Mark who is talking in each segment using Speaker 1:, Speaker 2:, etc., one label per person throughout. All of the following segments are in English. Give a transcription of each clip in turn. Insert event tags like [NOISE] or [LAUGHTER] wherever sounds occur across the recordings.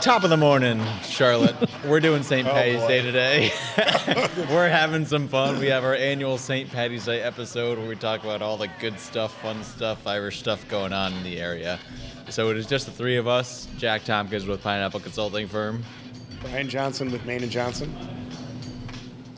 Speaker 1: Top of the morning, Charlotte. We're doing St. Patty's Day today. We're having some fun. We have our annual St. Patty's Day episode where we talk about all the good stuff, fun stuff, Irish stuff going on in the area. So it is just the three of us. Jack Tompkins with Pineapple Consulting Firm.
Speaker 2: Brian Johnson with Main and Johnson.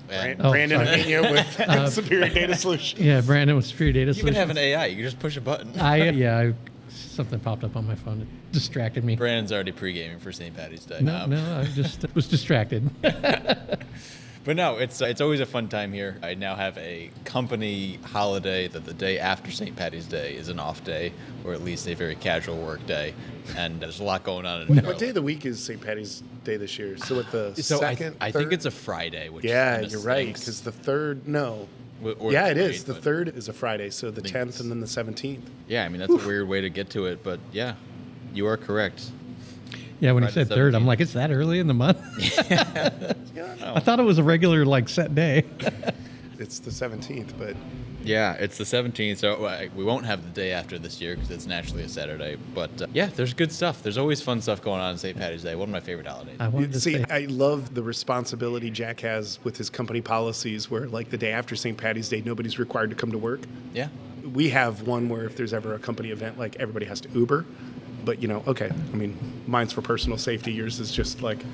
Speaker 2: Bran-
Speaker 1: And
Speaker 3: Oh,
Speaker 2: Brandon
Speaker 3: sorry. Uh,
Speaker 2: Amenia with
Speaker 3: [LAUGHS]
Speaker 2: [LAUGHS] Superior Data Solution.
Speaker 3: Yeah, Brandon with Superior Data
Speaker 1: you can
Speaker 3: Solutions.
Speaker 1: have an AI. You can just push a button. [LAUGHS]
Speaker 3: I yeah, I, something popped up on my phone. It distracted me.
Speaker 1: Brandon's already pre-gaming for St. Patty's Day.
Speaker 3: No,
Speaker 1: Um,
Speaker 3: no, I just was distracted. [LAUGHS]
Speaker 1: But no, it's it's always a fun time here. I now have a company holiday that the day after St. Patty's Day is an off day, or at least a very casual work day, and there's a lot going on. In
Speaker 2: What day of the week is St. Patty's Day this year? So with the
Speaker 1: So
Speaker 2: second,
Speaker 1: I, I think it's a Friday. Which
Speaker 2: yeah,
Speaker 1: kinda
Speaker 2: you're right
Speaker 1: stinks.
Speaker 2: because the third no,
Speaker 1: W- or
Speaker 2: yeah, it
Speaker 1: the
Speaker 2: is.
Speaker 1: third,
Speaker 2: The
Speaker 1: but-
Speaker 2: third is a Friday, so the tenth and then the seventeenth.
Speaker 1: yeah, I mean that's a weird way to get to it, but yeah, you are correct.
Speaker 3: Yeah, when he
Speaker 1: Friday
Speaker 3: said
Speaker 1: the
Speaker 3: third, I'm
Speaker 1: 17th.
Speaker 3: like, it's that early in the month. [LAUGHS] I thought it was a regular like
Speaker 1: [LAUGHS]
Speaker 3: set day.
Speaker 2: It's the seventeenth, but
Speaker 1: Yeah, it's the 17th, so uh, we won't have the day after this year because it's naturally a Saturday. But uh, yeah, there's good stuff. There's always fun stuff going on on St. Patty's Day. One of my favorite holidays.
Speaker 3: I wanted to
Speaker 2: see,
Speaker 3: say,
Speaker 2: I love the responsibility Jack has with his company policies, where like the day after St. Patty's Day, nobody's required to come to work.
Speaker 1: yeah,
Speaker 2: we have one where if there's ever a company event, like everybody has to Uber. But you know, okay. I mean, mine's for personal safety. Yours is just like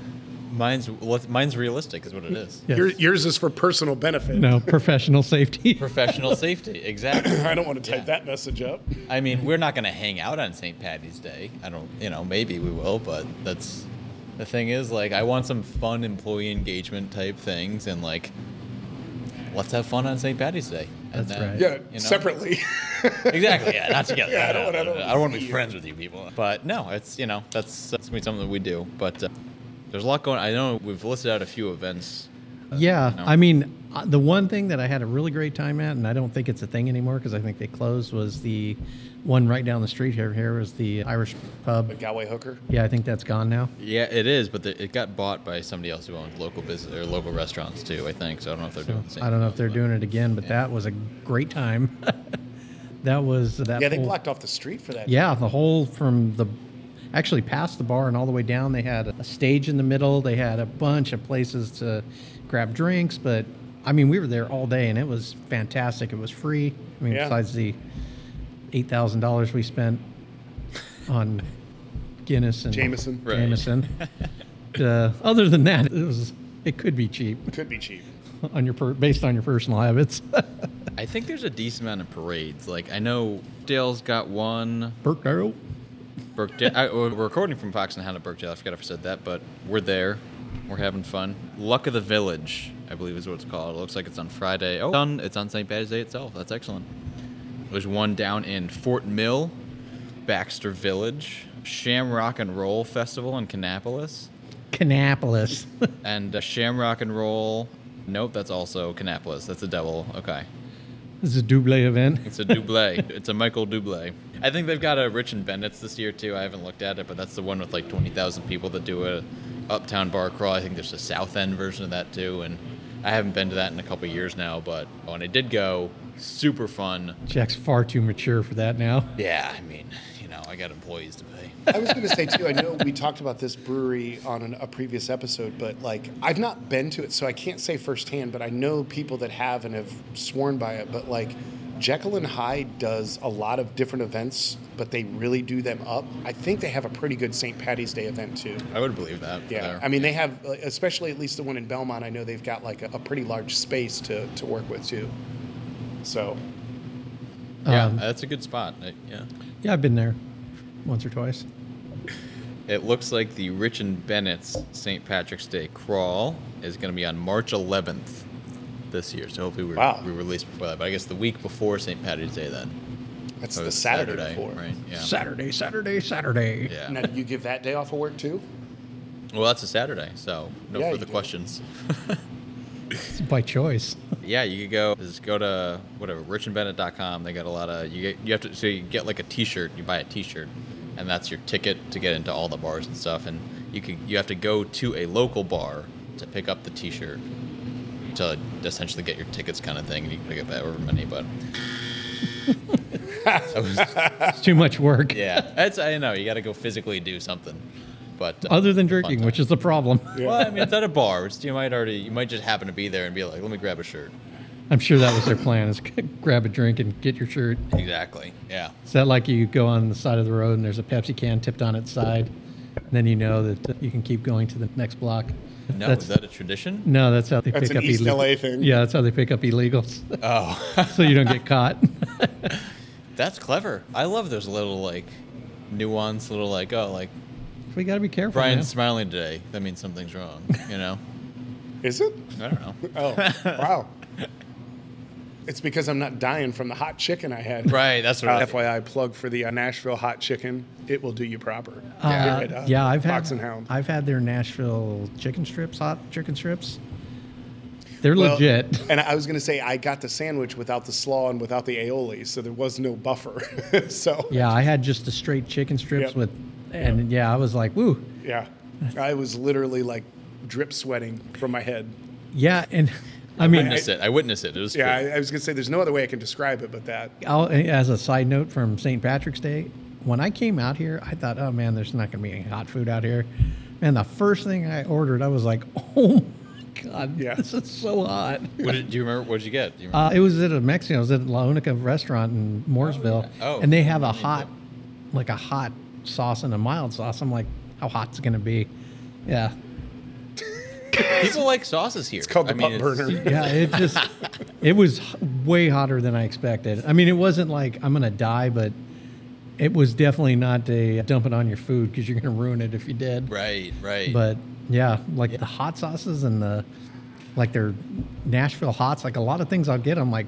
Speaker 1: mine's let's- mine's realistic is what it is.
Speaker 3: yes.
Speaker 2: your, yours is for personal benefit.
Speaker 3: no professional
Speaker 1: [LAUGHS]
Speaker 3: safety.
Speaker 1: Professional safety, exactly.
Speaker 2: [LAUGHS] I don't want to type
Speaker 1: Yeah.
Speaker 2: that message up.
Speaker 1: I mean, we're not going to hang out on St. Patty's Day. I don't, you know, maybe we will, but that's the thing is like I want some fun employee engagement type things and like let's have fun on St. Patty's Day. And
Speaker 3: That's right.
Speaker 2: Yeah,
Speaker 1: you know?
Speaker 2: separately.
Speaker 1: Exactly. Yeah, not together.
Speaker 2: [LAUGHS] Yeah, I don't wanna- I
Speaker 1: I
Speaker 2: don't
Speaker 1: don't,
Speaker 2: wanna
Speaker 1: want to
Speaker 2: see
Speaker 1: be
Speaker 2: you.
Speaker 1: friends with you people. But no, it's you know that's that's gonna be something that we do. But uh, there's a lot going. I know we've listed out a few events.
Speaker 3: [LAUGHS] Yeah,
Speaker 1: No.
Speaker 3: I mean, uh, the one thing that I had a really great time at, and I don't think it's a thing anymore because I think they closed, was the one right down the street here. Here was the Irish pub.
Speaker 2: The [LAUGHS] Galway hooker.
Speaker 3: Yeah, I think that's gone now.
Speaker 1: Yeah, it is, but the, it got bought by somebody else who owns local business or local restaurants too. I think so. I don't know if they're doing the same.
Speaker 3: I don't know if
Speaker 1: thing,
Speaker 3: they're
Speaker 1: but-
Speaker 3: doing it again, but that was a great time. [LAUGHS] that was that.
Speaker 2: Yeah, they
Speaker 3: whole-
Speaker 2: blocked off the street for that.
Speaker 3: Yeah, the whole from the actually past the bar and all the way down, they had a stage in the middle. They had a bunch of places to grab drinks, but I mean, we were there all day and it was fantastic. It was free. I mean,
Speaker 2: Yeah.
Speaker 3: besides the eight thousand dollars we spent on Guinness and
Speaker 2: Jameson.
Speaker 1: Right. [LAUGHS]
Speaker 3: Jameson. uh, other than that, it was it could be cheap
Speaker 2: Could be cheap.
Speaker 3: on your per, based on your personal habits. [LAUGHS]
Speaker 1: I think there's a decent amount of parades. Like I know Dale's got one.
Speaker 3: Burkdale.
Speaker 1: Birkdale. I, we're recording from Fox and Hound at Birkdale. I forgot if I said that, but we're there. We're having fun. Luck of the Village, I believe, is what it's called. It looks like it's on Friday. Oh, it's on, it's on St. Patty's Day itself. That's excellent. There's one down in Fort Mill, Baxter Village, Shamrock and Roll Festival in Kannapolis,
Speaker 3: Canapolis. [LAUGHS]
Speaker 1: and uh, Shamrock and Roll. Nope, that's also Kannapolis. That's a double. Okay.
Speaker 3: this is a double event.
Speaker 1: It's a
Speaker 2: [LAUGHS]
Speaker 1: Dublé. it's a Michael Dublé. I think they've got a Rich and Bennett's this year too. I haven't looked at it, but that's the one with like twenty thousand people that do a Uptown Bar Crawl. I think there's a South End version of that too, and I haven't been to that in a couple years now. But when I did go, super fun.
Speaker 3: Jack's far too mature for that now.
Speaker 1: Yeah, I mean, you know, I got employees to pay.
Speaker 2: I was going to say too. I know we talked about this brewery on an, a previous episode, but like I've not been to it, so I can't say firsthand. But I know people that have and have sworn by it. But like Jekyll and Hyde does a lot of different events, but they really do them up. I think they have a pretty good St. Patty's Day event too.
Speaker 1: I would believe that.
Speaker 2: Yeah,
Speaker 1: there.
Speaker 2: I mean they have, like, especially at least the one in Belmont. I know they've got like a, a pretty large space to to work with too. So
Speaker 1: yeah,
Speaker 3: Um,
Speaker 1: that's a good spot. I- yeah,
Speaker 3: Yeah, I've been there once or twice.
Speaker 1: it looks like the Rich and Bennett's St. Patrick's Day Crawl is going to be on March 11th this year. So hopefully we,
Speaker 2: Wow.
Speaker 1: we release before that. But I guess the week before St. Patty's Day then.
Speaker 2: that's
Speaker 1: So
Speaker 2: the
Speaker 1: it's
Speaker 2: Saturday, before.
Speaker 1: right? Yeah.
Speaker 3: Saturday, Saturday, Saturday.
Speaker 1: yeah.
Speaker 2: Now, do you give that day off of work too?
Speaker 1: Well, that's a Saturday, so no
Speaker 2: Yeah, you
Speaker 1: further
Speaker 2: do.
Speaker 1: questions.
Speaker 3: It's by choice.
Speaker 1: yeah, you could go just go to whatever richandbennett.com. They got a lot of you get you have to so you get like a T-shirt. You buy a T-shirt, and that's your ticket to get into all the bars and stuff. And you could you have to go to a local bar to pick up the T-shirt to essentially get your tickets kind of thing. And you can pick up however many, but
Speaker 3: It's too much
Speaker 1: [LAUGHS]
Speaker 3: work.
Speaker 1: yeah, that's I know you got to go physically do something. But uh,
Speaker 3: Other than
Speaker 1: it's a fun
Speaker 3: drinking,
Speaker 1: time.
Speaker 3: which is the problem.
Speaker 1: well, I mean, it's at a bar. It's, you might already, you might just happen to be there and be like, let me grab a shirt.
Speaker 3: I'm sure that was their plan: is [LAUGHS] grab a drink and get your shirt.
Speaker 1: Exactly. Yeah.
Speaker 3: Is that like you go on the side of the road and there's a Pepsi can tipped on its side, and then you know that uh, you can keep going to the next block?
Speaker 1: No,
Speaker 3: that's,
Speaker 1: is that a tradition?
Speaker 3: no, that's how they
Speaker 2: That's
Speaker 3: pick
Speaker 2: an
Speaker 3: up
Speaker 2: East
Speaker 3: illegal-
Speaker 2: LA thing.
Speaker 3: Yeah, that's how they pick
Speaker 2: [LAUGHS]
Speaker 3: up illegals, [LAUGHS]
Speaker 1: Oh,
Speaker 3: so you don't get caught. [LAUGHS]
Speaker 1: that's clever. I love those little like nuance, little like, oh, like
Speaker 3: we got to be careful. man.
Speaker 1: Brian's smiling today. That means something's wrong. You know?
Speaker 2: Is it?
Speaker 1: I don't know.
Speaker 2: Oh, [LAUGHS] wow. It's because I'm not dying from the hot chicken I had.
Speaker 1: Right. That's what.
Speaker 2: Uh,
Speaker 1: I
Speaker 2: FYI, plug for the uh, Nashville hot chicken. It will do you proper.
Speaker 3: Uh,
Speaker 2: At, uh,
Speaker 3: yeah, I've had
Speaker 2: Fox and Hound.
Speaker 3: I've had their Nashville chicken strips, hot chicken strips. They're
Speaker 2: Well,
Speaker 3: legit. [LAUGHS]
Speaker 2: And I was going to say I got the sandwich without the slaw and without the aioli, so there was no buffer. [LAUGHS] so
Speaker 3: Yeah, I had just the straight chicken strips
Speaker 2: Yep.
Speaker 3: with, and yeah, I was like, woo.
Speaker 2: yeah, I was literally like drip sweating from my head.
Speaker 3: Yeah, and I
Speaker 1: I
Speaker 3: mean,
Speaker 1: witnessed it. I witnessed it. It was.
Speaker 2: Yeah,
Speaker 1: true.
Speaker 2: I, I was going to say there's no other way I can describe it but that.
Speaker 3: I'll, as a side note from St. Patrick's Day, when I came out here, I thought, oh man, there's not going to be any hot food out here. And the first thing I ordered, I was like, [LAUGHS] oh my god,
Speaker 2: Yeah.
Speaker 3: this is so hot.
Speaker 1: What did, do you remember? What did you get? Do you remember?
Speaker 3: Uh, it was at a Mexican. It was at La Única restaurant in Mooresville,
Speaker 1: Oh.
Speaker 3: and they have a hot, like a hot sauce and a mild sauce. I'm like, how hot's it gonna be? Yeah,
Speaker 1: People like sauces here. It's
Speaker 2: called the butt burner.
Speaker 3: yeah. It just, it was h- way hotter than I expected. I mean, it wasn't like I'm gonna die, but it was definitely not a dump it on your food because you're gonna ruin it if you did.
Speaker 1: Right. Right.
Speaker 3: But yeah, like the hot sauces and the, like their Nashville hots. Like a lot of things I'll get. I'm like,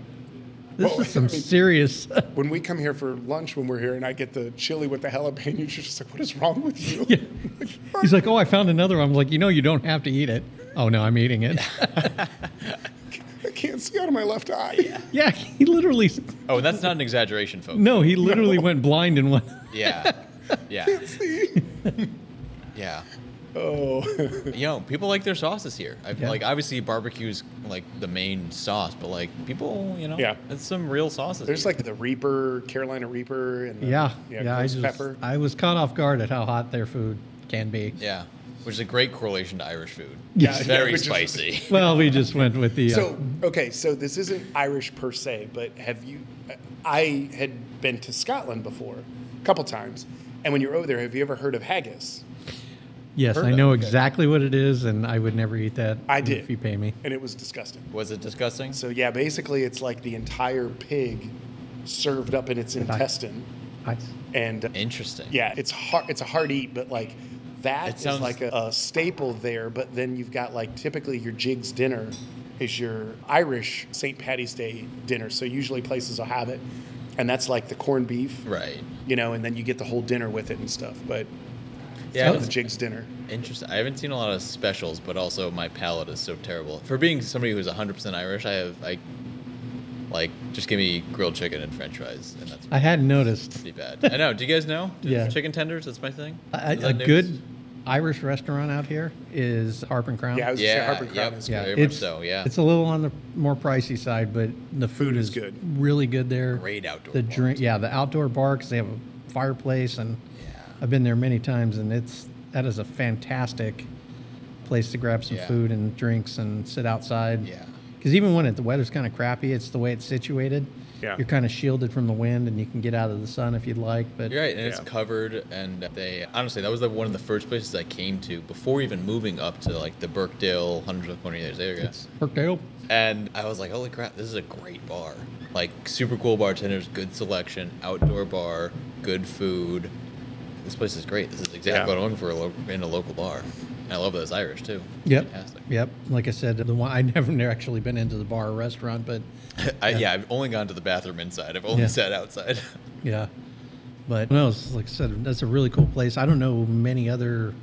Speaker 3: this
Speaker 2: Well,
Speaker 3: is some serious. [LAUGHS]
Speaker 2: When we come here for lunch, when we're here, and I get the chili with the jalapeno, [LAUGHS] you're just like, what is wrong with you? [LAUGHS]
Speaker 3: Yeah. He's like, oh, I found another one. I'm like, you know, you don't have to eat it. Oh no, I'm eating it.
Speaker 2: I can't see out of my left eye.
Speaker 3: [LAUGHS] yeah, he literally.
Speaker 1: oh, that's not an exaggeration, folks.
Speaker 3: No, he literally went blind and went. [LAUGHS]
Speaker 1: Yeah. Yeah. [LAUGHS] yeah.
Speaker 2: Oh, [LAUGHS]
Speaker 1: You know, people like their sauces here. I've,
Speaker 3: Yeah.
Speaker 1: Like, obviously, barbecue's like the main sauce, but like people, you know,
Speaker 2: Yeah.
Speaker 1: it's some real sauces.
Speaker 2: there's
Speaker 1: here.
Speaker 2: like the Reaper, Carolina Reaper, and the,
Speaker 3: Yeah, yeah.
Speaker 2: yeah,
Speaker 3: I
Speaker 2: ghost
Speaker 3: just,
Speaker 2: pepper.
Speaker 3: I was caught off guard at how hot their food can be.
Speaker 1: yeah, which is a great correlation to Irish food.
Speaker 3: Yeah,
Speaker 1: It's
Speaker 2: yeah,
Speaker 1: very
Speaker 2: which is-
Speaker 1: spicy. [LAUGHS]
Speaker 3: Well, we just went with the. Uh,
Speaker 2: So okay, so this isn't Irish per se, but have you? I had been to Scotland before, a couple times, and when you're over there, have you ever heard of haggis?
Speaker 3: yes,
Speaker 1: heard
Speaker 3: I
Speaker 1: of
Speaker 3: know
Speaker 1: it.
Speaker 3: exactly what it is, and I would never eat that.
Speaker 2: I did.
Speaker 3: If you pay me.
Speaker 2: And it was disgusting.
Speaker 1: Was it disgusting?
Speaker 2: So yeah, basically, it's like the entire pig served up in its intestine,
Speaker 3: I,
Speaker 2: and
Speaker 1: Interesting.
Speaker 2: yeah, it's hard. It's a hard eat, but like
Speaker 1: It
Speaker 2: that is
Speaker 1: sounds-
Speaker 2: like a, a staple there. But then you've got like typically your jigs dinner is your Irish St. Patty's Day dinner. So usually places will have it, and that's like the corned beef,
Speaker 1: Right.
Speaker 2: you know, and then you get the whole dinner with it and stuff. But
Speaker 1: Yeah,
Speaker 3: Oh.
Speaker 2: it's jigs dinner.
Speaker 1: Interesting. I haven't seen a lot of specials, but also my palate is so terrible. For being somebody who's 100% Irish, I have I like just give me grilled chicken and French fries, and that's
Speaker 3: I hadn't noticed.
Speaker 1: pretty bad. I know. Do you guys know? Do-
Speaker 3: [LAUGHS] Yeah.
Speaker 1: Chicken tenders. That's my thing.
Speaker 3: A,
Speaker 1: Is
Speaker 3: a
Speaker 1: that news?
Speaker 3: good Irish restaurant out here is Harp and Crown.
Speaker 2: Yeah, I was
Speaker 1: Yeah.
Speaker 2: just Harper Crown
Speaker 1: yep,
Speaker 2: is
Speaker 3: Yeah,
Speaker 1: Very
Speaker 3: it's
Speaker 1: much so. Yeah.
Speaker 3: It's a little on the more pricey side, but the food,
Speaker 2: is
Speaker 3: is
Speaker 2: good.
Speaker 3: Really good there.
Speaker 1: Great outdoor
Speaker 3: The
Speaker 1: bar,
Speaker 3: drink, yeah, the outdoor bar because they have a fireplace, and I've been there many times, and it's that is a fantastic place to grab some
Speaker 1: Yeah.
Speaker 3: food and drinks and sit outside.
Speaker 1: Yeah.
Speaker 3: Because even when it, the weather's kind of crappy, it's the way it's situated.
Speaker 2: Yeah.
Speaker 3: You're kind of shielded from the wind, and you can get out of the sun if you'd like. But
Speaker 1: You're right, and it's
Speaker 2: Yeah.
Speaker 1: covered. And they honestly, that was the, one of the first places I came to before even moving up to like the Burkdale, hundreds of twenty years area.
Speaker 3: Brookdale,
Speaker 1: And I was like, holy crap, this is a great bar. Like, super cool bartenders, good selection, outdoor bar, good food. This place is great. This is exactly
Speaker 2: Yeah.
Speaker 1: what I'm looking for a lo- in a local bar. And I love that it's Irish, too.
Speaker 3: Yep.
Speaker 1: Fantastic.
Speaker 3: Yep. Like I said, the one I never actually been into the bar or restaurant, but
Speaker 1: I, yeah, I've only gone to the bathroom inside, I've only
Speaker 3: Yeah.
Speaker 1: sat outside. [LAUGHS]
Speaker 3: Yeah. But no, it's, like I said, that's a really cool place. I don't know many other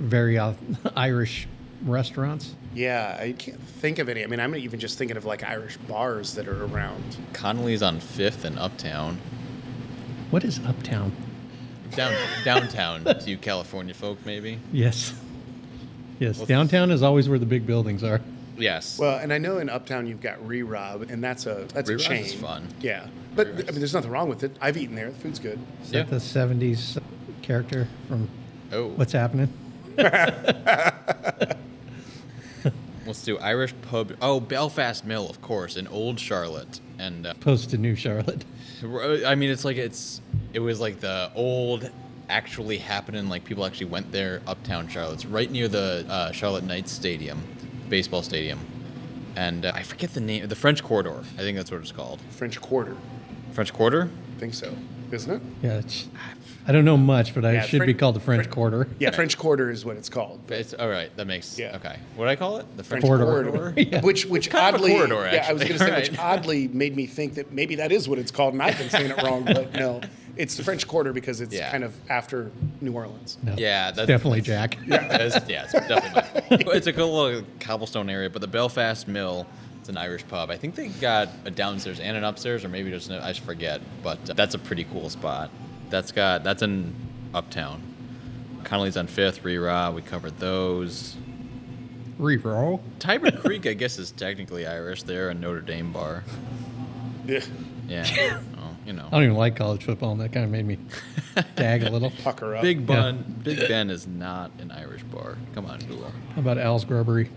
Speaker 3: very uh, [LAUGHS] Irish restaurants.
Speaker 2: Yeah, I can't think of any. I mean, I'm even just thinking of like Irish bars that are around.
Speaker 1: Connolly's on 5th and Uptown.
Speaker 3: What is Uptown?
Speaker 1: Down, downtown, to you California folk, maybe?
Speaker 3: Yes. Yes.
Speaker 1: Well,
Speaker 3: downtown is always where the big buildings are.
Speaker 1: Yes.
Speaker 2: Well, and I know in Uptown you've got Rerob, and that's a that's
Speaker 1: Rerob's
Speaker 2: a chain.
Speaker 1: is fun.
Speaker 2: Yeah, but
Speaker 1: Rerob's-
Speaker 2: I mean, there's nothing wrong with it. I've eaten there; the food's good.
Speaker 3: Is
Speaker 1: yeah.
Speaker 3: that the 70s character from
Speaker 1: Oh,
Speaker 3: What's happening?
Speaker 1: let's do Irish pub. Oh, Belfast Mill, of course, in Old Charlotte, and uh,
Speaker 3: Post to New Charlotte.
Speaker 1: I mean, it's like it's it was like the old actually happening. Like people actually went there uptown Charlotte's right near the uh, Charlotte Knights Stadium, baseball stadium, and uh, I forget the name. The French Quarter, I think that's what it's called.
Speaker 2: French Quarter.
Speaker 1: French Quarter.
Speaker 2: I think so, isn't it?
Speaker 3: [LAUGHS] Yeah, it's, I don't know much, but I
Speaker 2: Yeah,
Speaker 3: should be
Speaker 2: French-
Speaker 3: called the French
Speaker 2: French- [LAUGHS]
Speaker 3: Quarter.
Speaker 2: Yeah,
Speaker 1: Right.
Speaker 2: French Quarter is what it's called.
Speaker 1: But It's all right. That makes
Speaker 2: Yeah.
Speaker 1: okay. What do I call it? The French
Speaker 3: Corridor.
Speaker 1: [LAUGHS]
Speaker 2: [LAUGHS]
Speaker 3: Yeah.
Speaker 2: Which, which
Speaker 1: kind of a
Speaker 2: oddly,
Speaker 1: corridor,
Speaker 2: yeah, I was
Speaker 1: actually. [LAUGHS]
Speaker 2: going to say, which
Speaker 1: Right.
Speaker 2: oddly made me think that maybe that is what it's called, and I've been saying it
Speaker 3: [LAUGHS]
Speaker 2: wrong, but no, it's the French Quarter because it's
Speaker 1: Yeah.
Speaker 2: kind of after New Orleans.
Speaker 3: No,
Speaker 1: Yeah,
Speaker 3: it's
Speaker 1: that's-
Speaker 3: definitely Jack.
Speaker 1: [LAUGHS] That's- yeah, it's definitely. my fault. it's a cool little cobblestone area, but the Belfast Mill. It's an Irish pub. I think they got a downstairs and an upstairs, or maybe just an, I just forget. But uh, that's a pretty cool spot. That's got that's in uptown. Connolly's on Fifth, Rera. We covered those.
Speaker 3: Reroll.
Speaker 1: [LAUGHS] Tiber Creek, I guess, is technically Irish. They're a Notre Dame [LAUGHS] bar.
Speaker 2: Yeah.
Speaker 1: Yeah, well, you know.
Speaker 3: I don't even like college football, and that kind of made me gag a little. How
Speaker 2: Pucker up.
Speaker 1: Big Bun, Big Ben is not an Irish bar. Come on, Google.
Speaker 3: about Al's Grubbery?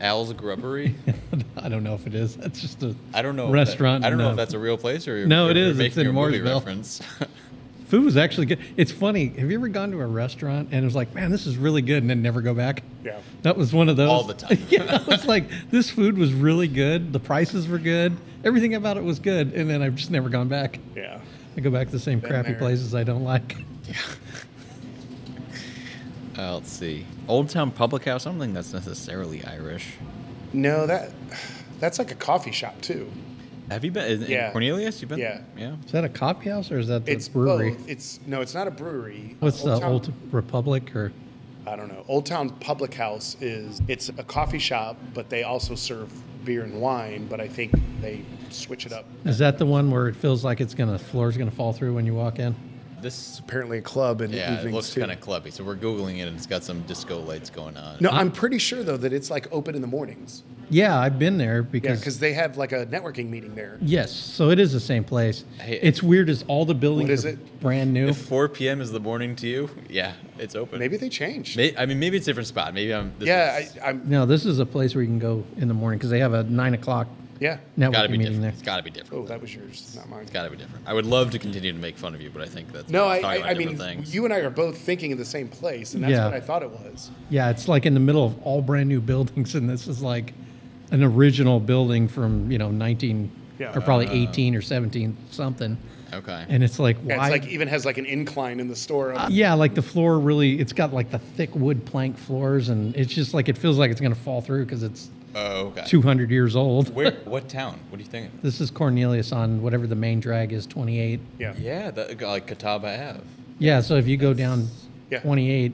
Speaker 1: Al's Grubbery.
Speaker 3: [LAUGHS] I don't know if it is. That's just a
Speaker 1: I don't know. if that-
Speaker 3: restaurant.
Speaker 1: I don't know
Speaker 3: and,
Speaker 1: if
Speaker 3: uh,
Speaker 1: that's a real place or
Speaker 3: No,
Speaker 1: if
Speaker 3: it
Speaker 1: you're
Speaker 3: is. It's
Speaker 1: making
Speaker 3: in
Speaker 1: a movie
Speaker 3: Mooresville.
Speaker 1: reference. [LAUGHS]
Speaker 3: Food was actually good. It's funny. Have you ever gone to a restaurant and it was like, man, this is really good, and then never go back?
Speaker 2: Yeah.
Speaker 3: That was one of those.
Speaker 1: All
Speaker 3: [LAUGHS]
Speaker 1: the time.
Speaker 3: yeah, I was like, this food was really good. The prices were good. Everything about it was good, and then I've just never gone back.
Speaker 2: Yeah.
Speaker 3: I go back to the same
Speaker 2: Been
Speaker 3: crappy
Speaker 2: there.
Speaker 3: places I don't like.
Speaker 1: Uh, let's see. Old Town Public House. I don't think that's necessarily Irish.
Speaker 2: No, that that's like a coffee shop too.
Speaker 1: Have you been? In, in
Speaker 2: Yeah.
Speaker 1: Cornelius, you've been.
Speaker 2: Yeah.
Speaker 1: Yeah.
Speaker 3: Is that a coffee house or is that the
Speaker 2: It's
Speaker 3: brewery?
Speaker 2: both. It's no, it's not a brewery.
Speaker 3: What's the
Speaker 2: Town-
Speaker 3: Old Republic or?
Speaker 2: I don't know. Old Town Public House is it's a coffee shop, but they also serve beer and wine. But I think they switch it up.
Speaker 3: Is that the one where it feels like it's gonna floor's gonna fall through when you walk in?
Speaker 1: This.
Speaker 2: Apparently, a club in the
Speaker 1: Yeah, it
Speaker 2: evenings
Speaker 1: looks
Speaker 2: too.
Speaker 1: kind of clubby. So we're googling it, and it's got some disco lights going on.
Speaker 2: no, I'm pretty sure though that it's like open in the mornings.
Speaker 3: Yeah, I've been there
Speaker 2: Yeah,
Speaker 3: because
Speaker 2: because they have like a networking meeting there.
Speaker 3: yes, so it is the same place.
Speaker 1: Hey-
Speaker 3: it's weird as all the buildings
Speaker 2: What is
Speaker 3: are
Speaker 2: it?
Speaker 3: brand new.
Speaker 1: If 4 p.m. is the morning to you, yeah, it's open.
Speaker 2: Maybe they changed.
Speaker 1: May, I mean, maybe it's a different spot. Maybe I'm. This
Speaker 2: yeah,
Speaker 1: is-
Speaker 2: I, I'm.
Speaker 3: No, this is a place where you can go in the morning because they have a nine o'clock
Speaker 2: Yeah.
Speaker 1: gotta be
Speaker 3: networking meeting
Speaker 1: different.
Speaker 3: there.
Speaker 1: It's gotta be different.
Speaker 2: Oh, that was yours, not mine.
Speaker 1: It's gotta be different. I would love to continue to make fun of you, but I think that's
Speaker 2: No, I,
Speaker 1: talking about
Speaker 2: I, I mean,
Speaker 1: different things.
Speaker 2: you and I are both thinking of the same place, and that's
Speaker 3: Yeah.
Speaker 2: what I thought it was.
Speaker 3: Yeah, it's like in the middle of all brand new buildings, [LAUGHS] and this is like an original building from you know nineteen
Speaker 2: Yeah.
Speaker 3: or
Speaker 1: Uh.
Speaker 3: probably eighteen or seventeen something,
Speaker 1: okay.
Speaker 3: and it's like
Speaker 2: Yeah,
Speaker 3: why?
Speaker 2: it's like even has like an incline in the store.
Speaker 1: Uh,
Speaker 2: up.
Speaker 3: Yeah, like the floor really, it's got like the thick wood plank floors, and it's just like it feels like it's going to fall through because it's
Speaker 1: oh, okay.
Speaker 3: 200 years old.
Speaker 1: Where? What town? What do you think?
Speaker 3: This is Cornelius on whatever the main drag is, 28.
Speaker 2: yeah.
Speaker 1: Yeah, that, like Catawba Ave.
Speaker 3: Yeah, so if you go down
Speaker 2: Yeah.
Speaker 3: 28,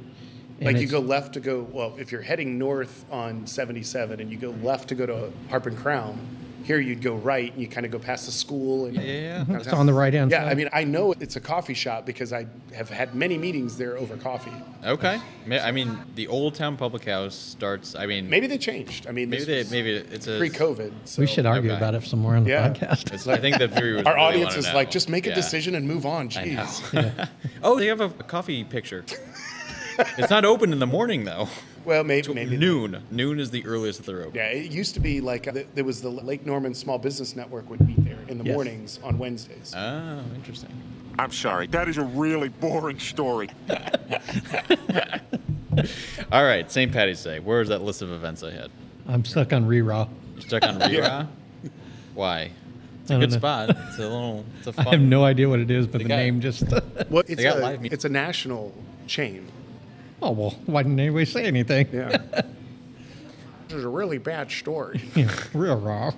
Speaker 3: and
Speaker 2: Like you
Speaker 3: it's-
Speaker 2: go left to go, well, if you're heading north on 77 and you go left to go to Harp and Crown, here you'd go right and you kind of go past the school. And,
Speaker 1: Yeah.
Speaker 3: it's on the right hand
Speaker 2: Yeah,
Speaker 3: side.
Speaker 2: I mean, I know it's a coffee shop because I have had many meetings there over coffee.
Speaker 1: Okay. Ma- I mean, the Old Town Public House starts. I mean, maybe,
Speaker 2: Maybe they changed. I mean, this
Speaker 1: they,
Speaker 2: was
Speaker 1: maybe it's a.
Speaker 2: pre-COVID. So
Speaker 3: we should argue
Speaker 1: Oh, okay.
Speaker 3: about it some more on the
Speaker 2: Yeah.
Speaker 3: podcast.
Speaker 1: It's, I think that viewer would
Speaker 2: Our
Speaker 1: really
Speaker 2: audience
Speaker 1: wanna
Speaker 2: is
Speaker 1: know.
Speaker 2: like, just make a
Speaker 1: Yeah.
Speaker 2: decision and move on.
Speaker 1: I know.
Speaker 2: Jeez.
Speaker 1: oh, they have a, a coffee
Speaker 2: [LAUGHS]
Speaker 1: picture. it's not open in the morning though.
Speaker 2: Well, maybe maybe
Speaker 1: Noon. Noon is the earliest that they're open.
Speaker 2: Yeah, it used to be like uh, th- there was the Lake Norman Small Business Network would meet there in the
Speaker 3: Yes.
Speaker 2: mornings on Wednesdays.
Speaker 1: Oh, interesting.
Speaker 4: I'm sorry, that is a really boring story.
Speaker 1: All right, St. Patty's Day. Where is that list of events I had?
Speaker 3: [LAUGHS] I'm stuck on Reraw.
Speaker 1: Stuck on Rira.
Speaker 2: [LAUGHS] Yeah.
Speaker 1: Why? It's
Speaker 3: I
Speaker 1: a
Speaker 3: don't
Speaker 1: good
Speaker 3: know.
Speaker 1: spot. It's a little. It's a fun.
Speaker 3: [LAUGHS] I have no idea what it is, but the,
Speaker 1: guy-
Speaker 3: name just. [LAUGHS]
Speaker 2: Well, it's
Speaker 1: They got
Speaker 2: a,
Speaker 1: live music.
Speaker 2: it's a national chain.
Speaker 3: oh, well, why didn't anybody say anything?
Speaker 2: [LAUGHS] Yeah. this is a really bad
Speaker 1: [LAUGHS]
Speaker 2: story.
Speaker 3: [LAUGHS] Reraw.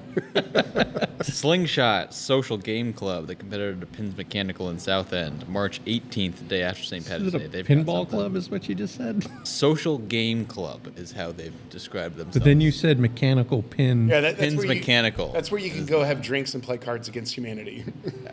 Speaker 1: Slingshot Social Game Club, the competitor to Pins Mechanical in South End, March 18th, day after St. Patty's
Speaker 3: Is it
Speaker 1: Day.
Speaker 3: a
Speaker 1: They've got
Speaker 3: pinball
Speaker 1: something.
Speaker 3: club, is what you just
Speaker 1: [LAUGHS]
Speaker 3: said?
Speaker 1: Social Game Club is how they've described themselves.
Speaker 3: But then you said mechanical
Speaker 2: [LAUGHS]
Speaker 3: pin.
Speaker 2: Yeah, that, that's
Speaker 1: Pins
Speaker 2: where you-
Speaker 1: Mechanical.
Speaker 2: That's where you can go have drinks and play Cards Against Humanity.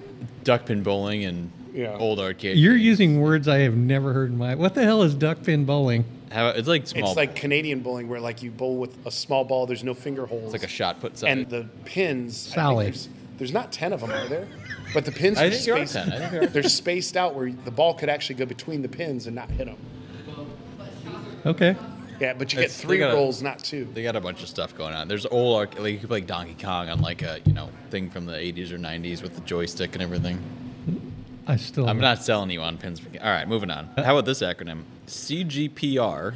Speaker 2: [LAUGHS]
Speaker 1: duck pin bowling and
Speaker 2: Yeah.
Speaker 1: old arcade.
Speaker 3: You're
Speaker 1: games.
Speaker 3: using words I have never heard in my. What the hell is duck pin bowling?
Speaker 1: How, it's like small.
Speaker 2: it's like Canadian bowling, where like you bowl with a small ball. There's no finger
Speaker 1: it's
Speaker 2: holes.
Speaker 1: like a shot put side.
Speaker 2: And the pins. I think
Speaker 3: Sally.
Speaker 2: There's, there's not ten of them, are there? But the pins
Speaker 1: I
Speaker 2: are
Speaker 1: think you're on
Speaker 2: spaced,
Speaker 1: 10. I
Speaker 2: [LAUGHS]
Speaker 1: think you're
Speaker 2: they're spaced out where the ball could actually go between the pins and not hit them.
Speaker 3: Okay.
Speaker 2: Yeah, but you
Speaker 1: It's-
Speaker 2: get
Speaker 1: they
Speaker 2: 3
Speaker 1: gotta-
Speaker 2: rolls, not two.
Speaker 1: They got a bunch of stuff going on. There's old arc- like you could play Donkey Kong on like a you know thing from the 80s or 90s with the joystick and everything.
Speaker 3: I still.
Speaker 1: I'm not selling you on pins. All right, moving on. How about this acronym? CGPR.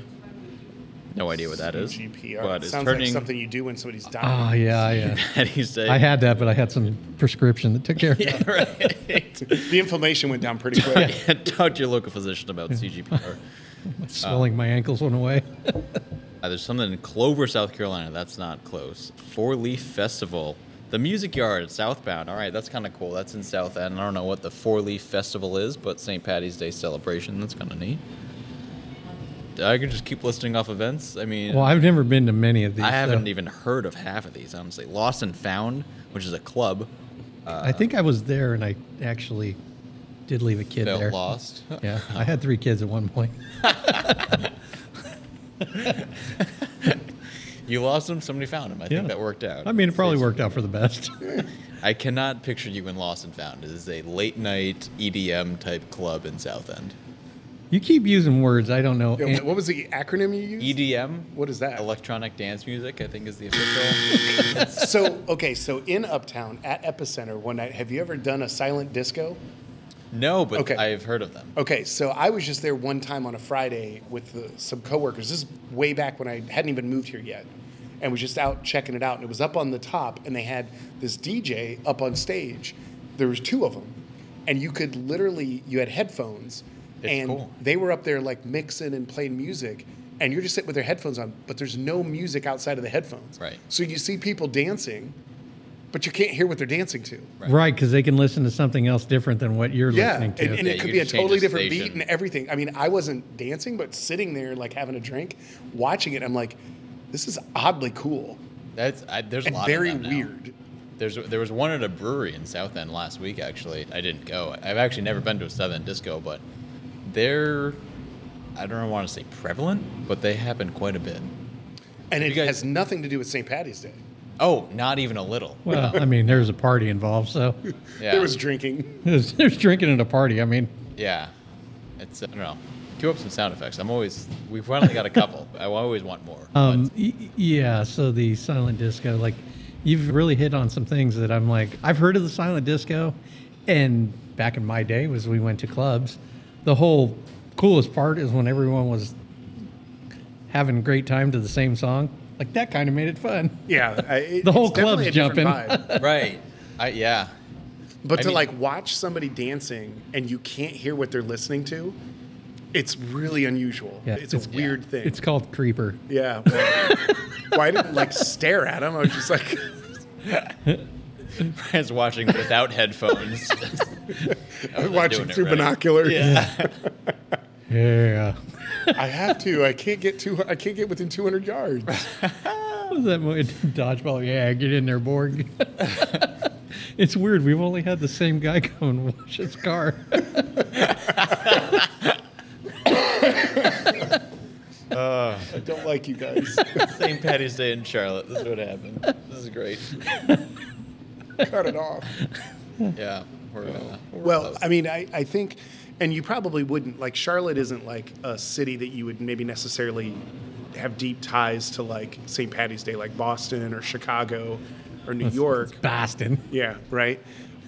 Speaker 1: No idea what that is.
Speaker 2: GPR.
Speaker 1: But
Speaker 2: It
Speaker 1: it's
Speaker 2: sounds
Speaker 1: turning. [LAUGHS]
Speaker 2: like something you do when somebody's dying.
Speaker 3: Ah, yeah, yeah.
Speaker 1: Patty's Day.
Speaker 3: I had that, but I had some prescription that took care of it.
Speaker 1: [LAUGHS] Yeah, [LAUGHS] right. [LAUGHS]
Speaker 2: the inflammation went down pretty quick.
Speaker 1: Talk to your local physician about CGPR.
Speaker 3: Swelling my ankles went away.
Speaker 1: Uh, there's something in Clover, South Carolina. That's not close. Four Leaf Festival. The Music Yard, southbound. All right, that's kind of cool. That's in South End. I don't know what the Four Leaf Festival is, but St. Patty's Day celebration. That's kind of neat. I could just keep listing off events. I mean,
Speaker 3: Well, I've never been to many of these.
Speaker 1: I
Speaker 3: so
Speaker 1: haven't even heard of half of these, honestly. Lost and Found, which is a club.
Speaker 3: I
Speaker 1: uh,
Speaker 3: think I was there, and I actually did leave a kid
Speaker 1: Felt
Speaker 3: there.
Speaker 1: lost.
Speaker 3: [LAUGHS] Yeah, I had three kids at one point.
Speaker 1: You lost him, somebody found him. I
Speaker 3: Yeah.
Speaker 1: think that worked out.
Speaker 3: I mean,
Speaker 1: [LAUGHS]
Speaker 3: it probably
Speaker 1: Basically.
Speaker 3: worked out for the best.
Speaker 1: I cannot picture you in Lost and Found. It is a late night EDM type club in South End.
Speaker 3: You keep using words I don't know.
Speaker 2: Yeah, what was the acronym you
Speaker 1: E
Speaker 2: used?
Speaker 1: EDM.
Speaker 2: What is that?
Speaker 1: Electronic dance music, I think, is the official.
Speaker 2: [LAUGHS] so okay, so in Uptown at Epicenter one night, have you ever done a silent disco?
Speaker 1: no, but
Speaker 2: Okay.
Speaker 1: I've heard of them.
Speaker 2: Okay, so I was just there one time on a Friday with the, some coworkers. This is way back when I hadn't even moved here yet, and was just out checking it out. And it was up on the top, and they had this DJ up on stage. There was two of them, and you could literally you had headphones,
Speaker 1: It's
Speaker 2: and
Speaker 1: cool.
Speaker 2: they were up there like mixing and playing music. And you're just sitting with their headphones on, but there's no music outside of the headphones.
Speaker 1: Right.
Speaker 2: So you see people dancing, but you can't hear what they're dancing to.
Speaker 3: Right, because they can listen to something else different than what you're
Speaker 2: Yeah,
Speaker 3: listening
Speaker 2: and,
Speaker 3: to.
Speaker 2: and
Speaker 1: Yeah,
Speaker 2: it
Speaker 1: you
Speaker 2: could be a
Speaker 1: just change
Speaker 2: totally
Speaker 1: the
Speaker 2: different beat
Speaker 1: station.
Speaker 2: and everything. I mean, I wasn't dancing, but sitting there like having a drink, watching it, I'm like, this is oddly cool
Speaker 1: That's I, there's a
Speaker 2: and
Speaker 1: lot.
Speaker 2: very
Speaker 1: of them now.
Speaker 2: weird.
Speaker 1: There's there was one at a brewery in South End last week. Actually, I didn't go. I've actually never been to a South End disco, but they're I don't want to say prevalent, but they happen quite a bit.
Speaker 2: And it
Speaker 1: You guys-
Speaker 2: has nothing to do with St. Patty's Day.
Speaker 1: Oh, not even a little.
Speaker 3: well, I mean, there's a party involved, so [LAUGHS]
Speaker 1: Yeah.
Speaker 2: There was drinking.
Speaker 3: there's, there's drinking at a party. I mean,
Speaker 1: Yeah, it's I don't know. Cue up some sound effects. I'm always we finally got a couple. [LAUGHS] I always want more.
Speaker 3: um, y- y- yeah. So the silent disco, like, you've really hit on some things that I'm like, I've heard of the silent disco, and back in my day was we went to clubs. The whole coolest part is when everyone was having a great time to the same song. Like that kind of made it fun.
Speaker 2: Yeah, I- it-
Speaker 3: The whole
Speaker 2: it's definitely
Speaker 3: club's
Speaker 2: a different
Speaker 3: jumping.
Speaker 2: vibe.
Speaker 3: [LAUGHS]
Speaker 1: But- right. I yeah. [LAUGHS]
Speaker 2: But
Speaker 1: I
Speaker 2: to
Speaker 1: mean-
Speaker 2: like watch somebody dancing and you can't hear what they're listening to, it's really unusual.
Speaker 3: Yeah,
Speaker 2: it's a
Speaker 3: it's-
Speaker 2: weird thing.
Speaker 3: It's called creeper.
Speaker 2: yeah. Well, [LAUGHS] well, I didn't like stare at him. I was just like,
Speaker 1: Brian's watching without
Speaker 2: [LAUGHS]
Speaker 1: headphones.
Speaker 2: I was
Speaker 1: doing
Speaker 2: watching
Speaker 1: it
Speaker 2: through
Speaker 1: right. [LAUGHS]
Speaker 2: binoculars.
Speaker 1: yeah.
Speaker 3: Yeah.
Speaker 2: I have to. I can't get two. I can't get within 200 yards.
Speaker 3: What was that movie? [LAUGHS] Dodgeball. Yeah, get in there, Borg. [LAUGHS] it's weird. We've only had the same guy [LAUGHS] come and wash his car.
Speaker 2: I don't like you guys.
Speaker 1: St. Patty's Day in Charlotte. This is what happened. This is great.
Speaker 2: Cut it off.
Speaker 1: Yeah. We're, uh, we're
Speaker 2: Well,
Speaker 1: close.
Speaker 2: I mean, I, I think, and you probably wouldn't like Charlotte isn't like a city that you would maybe necessarily have deep ties to like St. Patty's Day, like Boston or Chicago or New York.
Speaker 3: Boston.
Speaker 2: Yeah, right.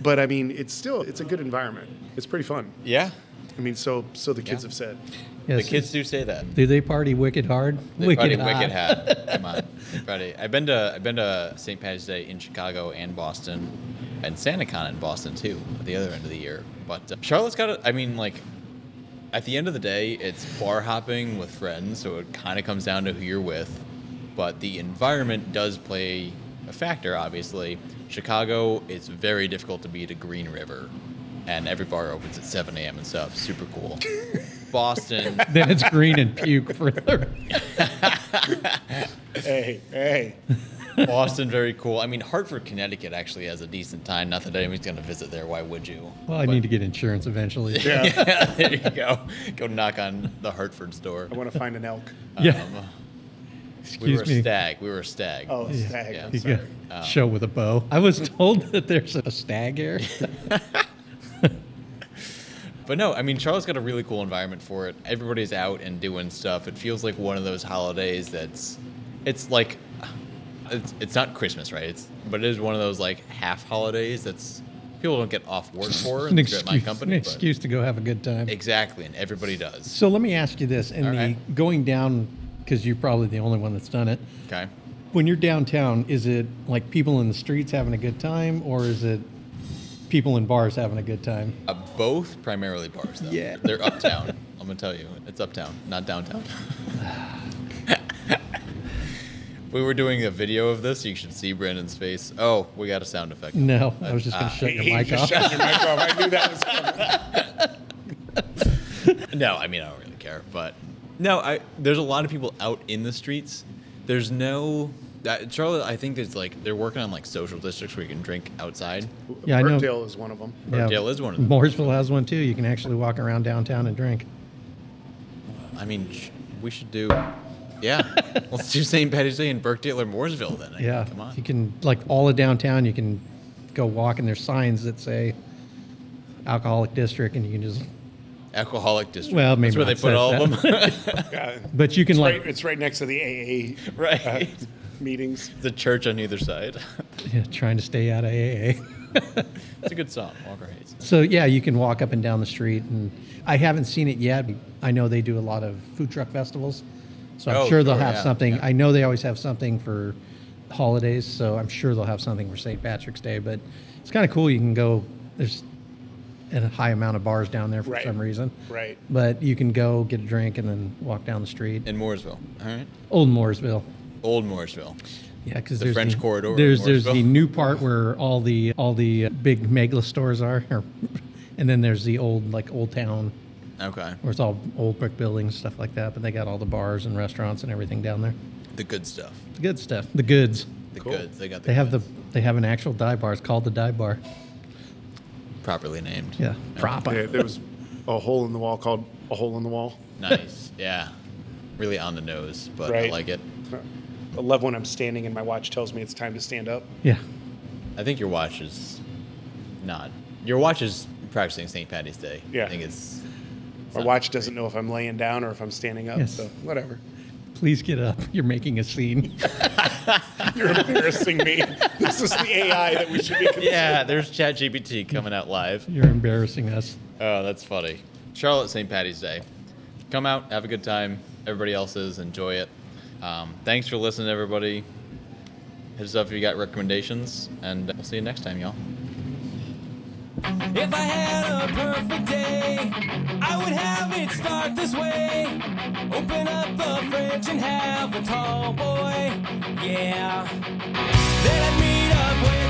Speaker 2: But I mean, it's still it's a good environment. It's pretty fun.
Speaker 1: yeah.
Speaker 2: I mean, so so the kids
Speaker 1: Yeah.
Speaker 2: have said.
Speaker 1: The
Speaker 3: Yes.
Speaker 1: kids do say that.
Speaker 3: Do they party wicked hard?
Speaker 1: They party
Speaker 3: hard.
Speaker 1: wicked hat. Come on. They party. I've been to I've been to St. Patty's Day in Chicago and Boston, and SantaCon in Boston too. At the other end of the year, but uh, Charlotte's got. A, I mean, like at the end of the day, it's bar hopping with friends, so it kind of comes down to who you're with. But the environment does play a factor, obviously. Chicago, it's very difficult to beat a Green River, and every bar opens at 7 a.m. and stuff. Super cool. Boston,
Speaker 3: [LAUGHS] Then it's green and puke for the
Speaker 2: Hey, hey.
Speaker 1: Boston, very cool. I mean, Hartford, Connecticut actually has a decent time. Not that anyone's going to visit there. Why would you?
Speaker 3: [LAUGHS] Well, I need to get insurance eventually.
Speaker 2: Yeah.
Speaker 1: yeah, [LAUGHS] there you go. Go knock on the Hartford's door.
Speaker 2: I want to find an elk.
Speaker 3: [LAUGHS] Yeah.
Speaker 1: Um, we were
Speaker 3: Excuse
Speaker 1: a
Speaker 3: me.
Speaker 1: stag. We were a stag.
Speaker 2: Oh,
Speaker 3: Yeah.
Speaker 2: stag.
Speaker 1: Yeah.
Speaker 2: I'm
Speaker 3: You
Speaker 2: sorry.
Speaker 3: got
Speaker 1: Um,
Speaker 3: show with a bow. I was told that there's a
Speaker 1: [LAUGHS]
Speaker 3: stag here.
Speaker 1: But no, I mean, Charlotte's got a really cool environment for it. Everybody's out and doing stuff. It feels like one of those holidays that's, it's like, it's, it's not Christmas, right? It's but it is one of those like half holidays that's people don't get off work for.
Speaker 3: an
Speaker 1: and they're at
Speaker 3: excuse,
Speaker 1: my company,
Speaker 3: an
Speaker 1: but-
Speaker 3: excuse to go have a good time.
Speaker 1: Exactly, and everybody does.
Speaker 3: So let me ask you this: in
Speaker 1: All
Speaker 3: the
Speaker 1: right.
Speaker 3: going down, because you're probably the only one that's done it.
Speaker 1: Okay.
Speaker 3: When you're downtown, is it like people in the streets having a good time, or is it people in bars having a good time?
Speaker 1: Uh, both primarily bars, though.
Speaker 3: Yeah.
Speaker 1: They're uptown. [LAUGHS] I'm going to tell you. It's uptown, not downtown. we were doing a video of this. You should see Brandon's face. Oh, we got a sound effect.
Speaker 3: No, I was just going
Speaker 1: Ah.
Speaker 3: to shut your
Speaker 2: He
Speaker 3: mic
Speaker 2: just
Speaker 3: off.
Speaker 2: shut your mic off. I knew that was coming.
Speaker 1: No, I mean, I don't really care. But no, I there's a lot of people out in the streets. There's no. That, Charlotte, I think there's like, they're working on like social districts where you can drink outside.
Speaker 3: Yeah, I know.
Speaker 2: Burtdale is one of them.
Speaker 3: Yeah.
Speaker 1: Burtdale is one of them.
Speaker 3: Mooresville has one too. You can actually walk around downtown and drink.
Speaker 1: I mean, sh- we should do. Yeah.
Speaker 3: [LAUGHS]
Speaker 1: Let's do St. Patty's Day in Burkdale or Mooresville then. I mean,
Speaker 3: Yeah,
Speaker 1: Come on.
Speaker 3: you can like all of downtown. You can go walk, and there's signs that say alcoholic district, and you can just.
Speaker 1: alcoholic district.
Speaker 3: Well,
Speaker 1: that's
Speaker 3: maybe
Speaker 1: where
Speaker 3: not
Speaker 1: they put all of them, [LAUGHS]
Speaker 3: [LAUGHS]
Speaker 2: Yeah.
Speaker 3: But you can
Speaker 2: It's
Speaker 3: like
Speaker 2: right, it's right next to the
Speaker 3: [LAUGHS]
Speaker 2: AA
Speaker 1: right?
Speaker 2: meetings.
Speaker 1: The church on either side. [LAUGHS]
Speaker 3: yeah, [LAUGHS] trying to stay out of AA.
Speaker 1: it's a good song, Walker Hayes.
Speaker 3: So yeah, you can walk up and down the street, and I haven't seen it yet. I know they do a lot of food truck festivals, so I'm
Speaker 1: Oh,
Speaker 3: sure they'll
Speaker 1: sure,
Speaker 3: have
Speaker 1: yeah,
Speaker 3: something.
Speaker 1: yeah.
Speaker 3: I know they always have something for holidays, so I'm sure they'll have something for St. Patrick's Day. But it's kind of cool. You can go. There's a high amount of bars down there for
Speaker 2: Right.
Speaker 3: some reason,
Speaker 2: Right.
Speaker 3: but you can go get a drink and then walk down the street.
Speaker 1: In Mooresville, all right.
Speaker 3: Old Mooresville.
Speaker 1: Old Mooresville.
Speaker 3: Yeah, because there's
Speaker 1: French corridor of
Speaker 3: There's there's the
Speaker 1: Mooresville.
Speaker 3: new part where all the all the uh, big megla stores are, [LAUGHS] or, and then there's the old like old town
Speaker 1: Okay.
Speaker 3: where it's all old brick buildings stuff like that. But they got all the bars and restaurants and everything down there.
Speaker 1: The good stuff.
Speaker 3: The good stuff. The goods.
Speaker 1: The
Speaker 2: Cool.
Speaker 1: goods. They got the
Speaker 3: They have the they have an actual dive bar. It's called the dive bar.
Speaker 1: properly named.
Speaker 3: Yeah, proper.
Speaker 2: Yeah, there was a hole in the wall called a hole in the wall.
Speaker 3: [LAUGHS]
Speaker 1: Nice. Yeah. Really on the nose, but I
Speaker 2: Right.
Speaker 1: like it.
Speaker 2: I love when I'm standing and my watch tells me it's time to stand up.
Speaker 3: Yeah.
Speaker 1: I think your watch is not. Your watch is practicing St. Patty's Day.
Speaker 2: Yeah.
Speaker 1: I think it's.
Speaker 2: My watch doesn't know if I'm laying down or if I'm standing up.
Speaker 3: Yes.
Speaker 2: So whatever.
Speaker 3: Please get up. [LAUGHS] You're making a scene. [LAUGHS]
Speaker 2: You're embarrassing me. This is the AI that we should be. Concerned.
Speaker 1: Yeah, there's ChatGPT coming out live.
Speaker 3: You're embarrassing us.
Speaker 1: Oh, that's funny. Charlotte St. Patty's Day. Come out, have a good time. Everybody else is, enjoy it. Um, thanks for listening, everybody. Hit us up if you got recommendations, and we'll see you next time, y'all.
Speaker 5: If I had a perfect day, I would have it start this way. Open up the fridge and have a tall boy, yeah. Then I'd meet up with